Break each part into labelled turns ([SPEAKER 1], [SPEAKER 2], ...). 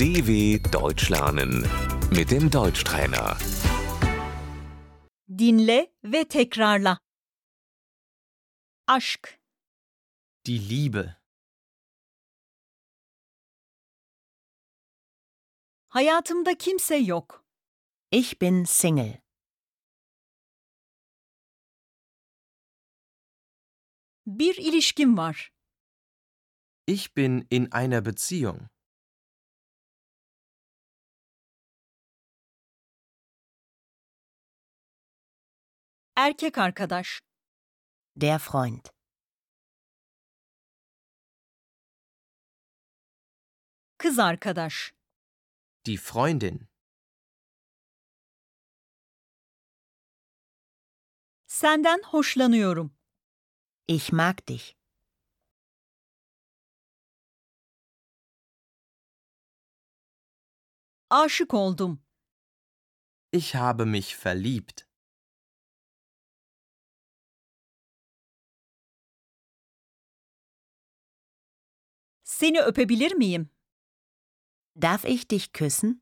[SPEAKER 1] DW Deutsch lernen mit dem Deutschtrainer.
[SPEAKER 2] Dinle ve tekrarla. Aşk,
[SPEAKER 3] Die Liebe,
[SPEAKER 2] hayatımda kimse yok.
[SPEAKER 4] Ich bin Single.
[SPEAKER 2] Bir ilişkim var.
[SPEAKER 3] ich bin in einer Beziehung.
[SPEAKER 2] Erkek arkadaş,
[SPEAKER 4] Der Freund.
[SPEAKER 2] kız arkadaş,
[SPEAKER 3] Die Freundin,
[SPEAKER 2] senden hoşlanıyorum.
[SPEAKER 4] Ich mag dich.
[SPEAKER 2] Aşık oldum.
[SPEAKER 3] ich habe mich verliebt.
[SPEAKER 2] Seni öpebilir miyim?
[SPEAKER 4] Darf ich dich küssen?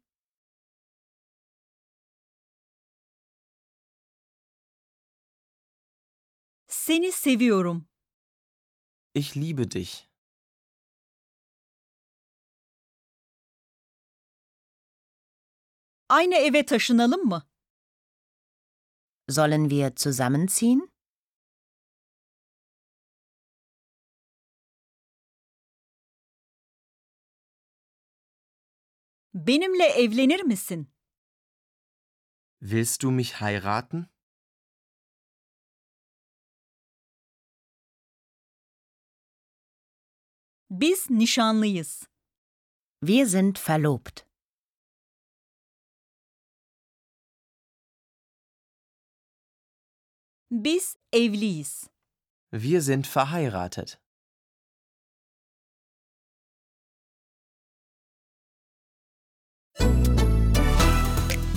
[SPEAKER 2] Seni seviyorum.
[SPEAKER 3] Ich liebe dich.
[SPEAKER 2] Aynı eve taşınalım mı?
[SPEAKER 4] Sollen wir zusammenziehen?
[SPEAKER 2] Benimle evlenir misin?
[SPEAKER 3] Willst du mich heiraten?
[SPEAKER 2] Biz nişanlıyız.
[SPEAKER 4] Wir sind verlobt.
[SPEAKER 2] Biz evliyiz.
[SPEAKER 3] Wir sind verheiratet.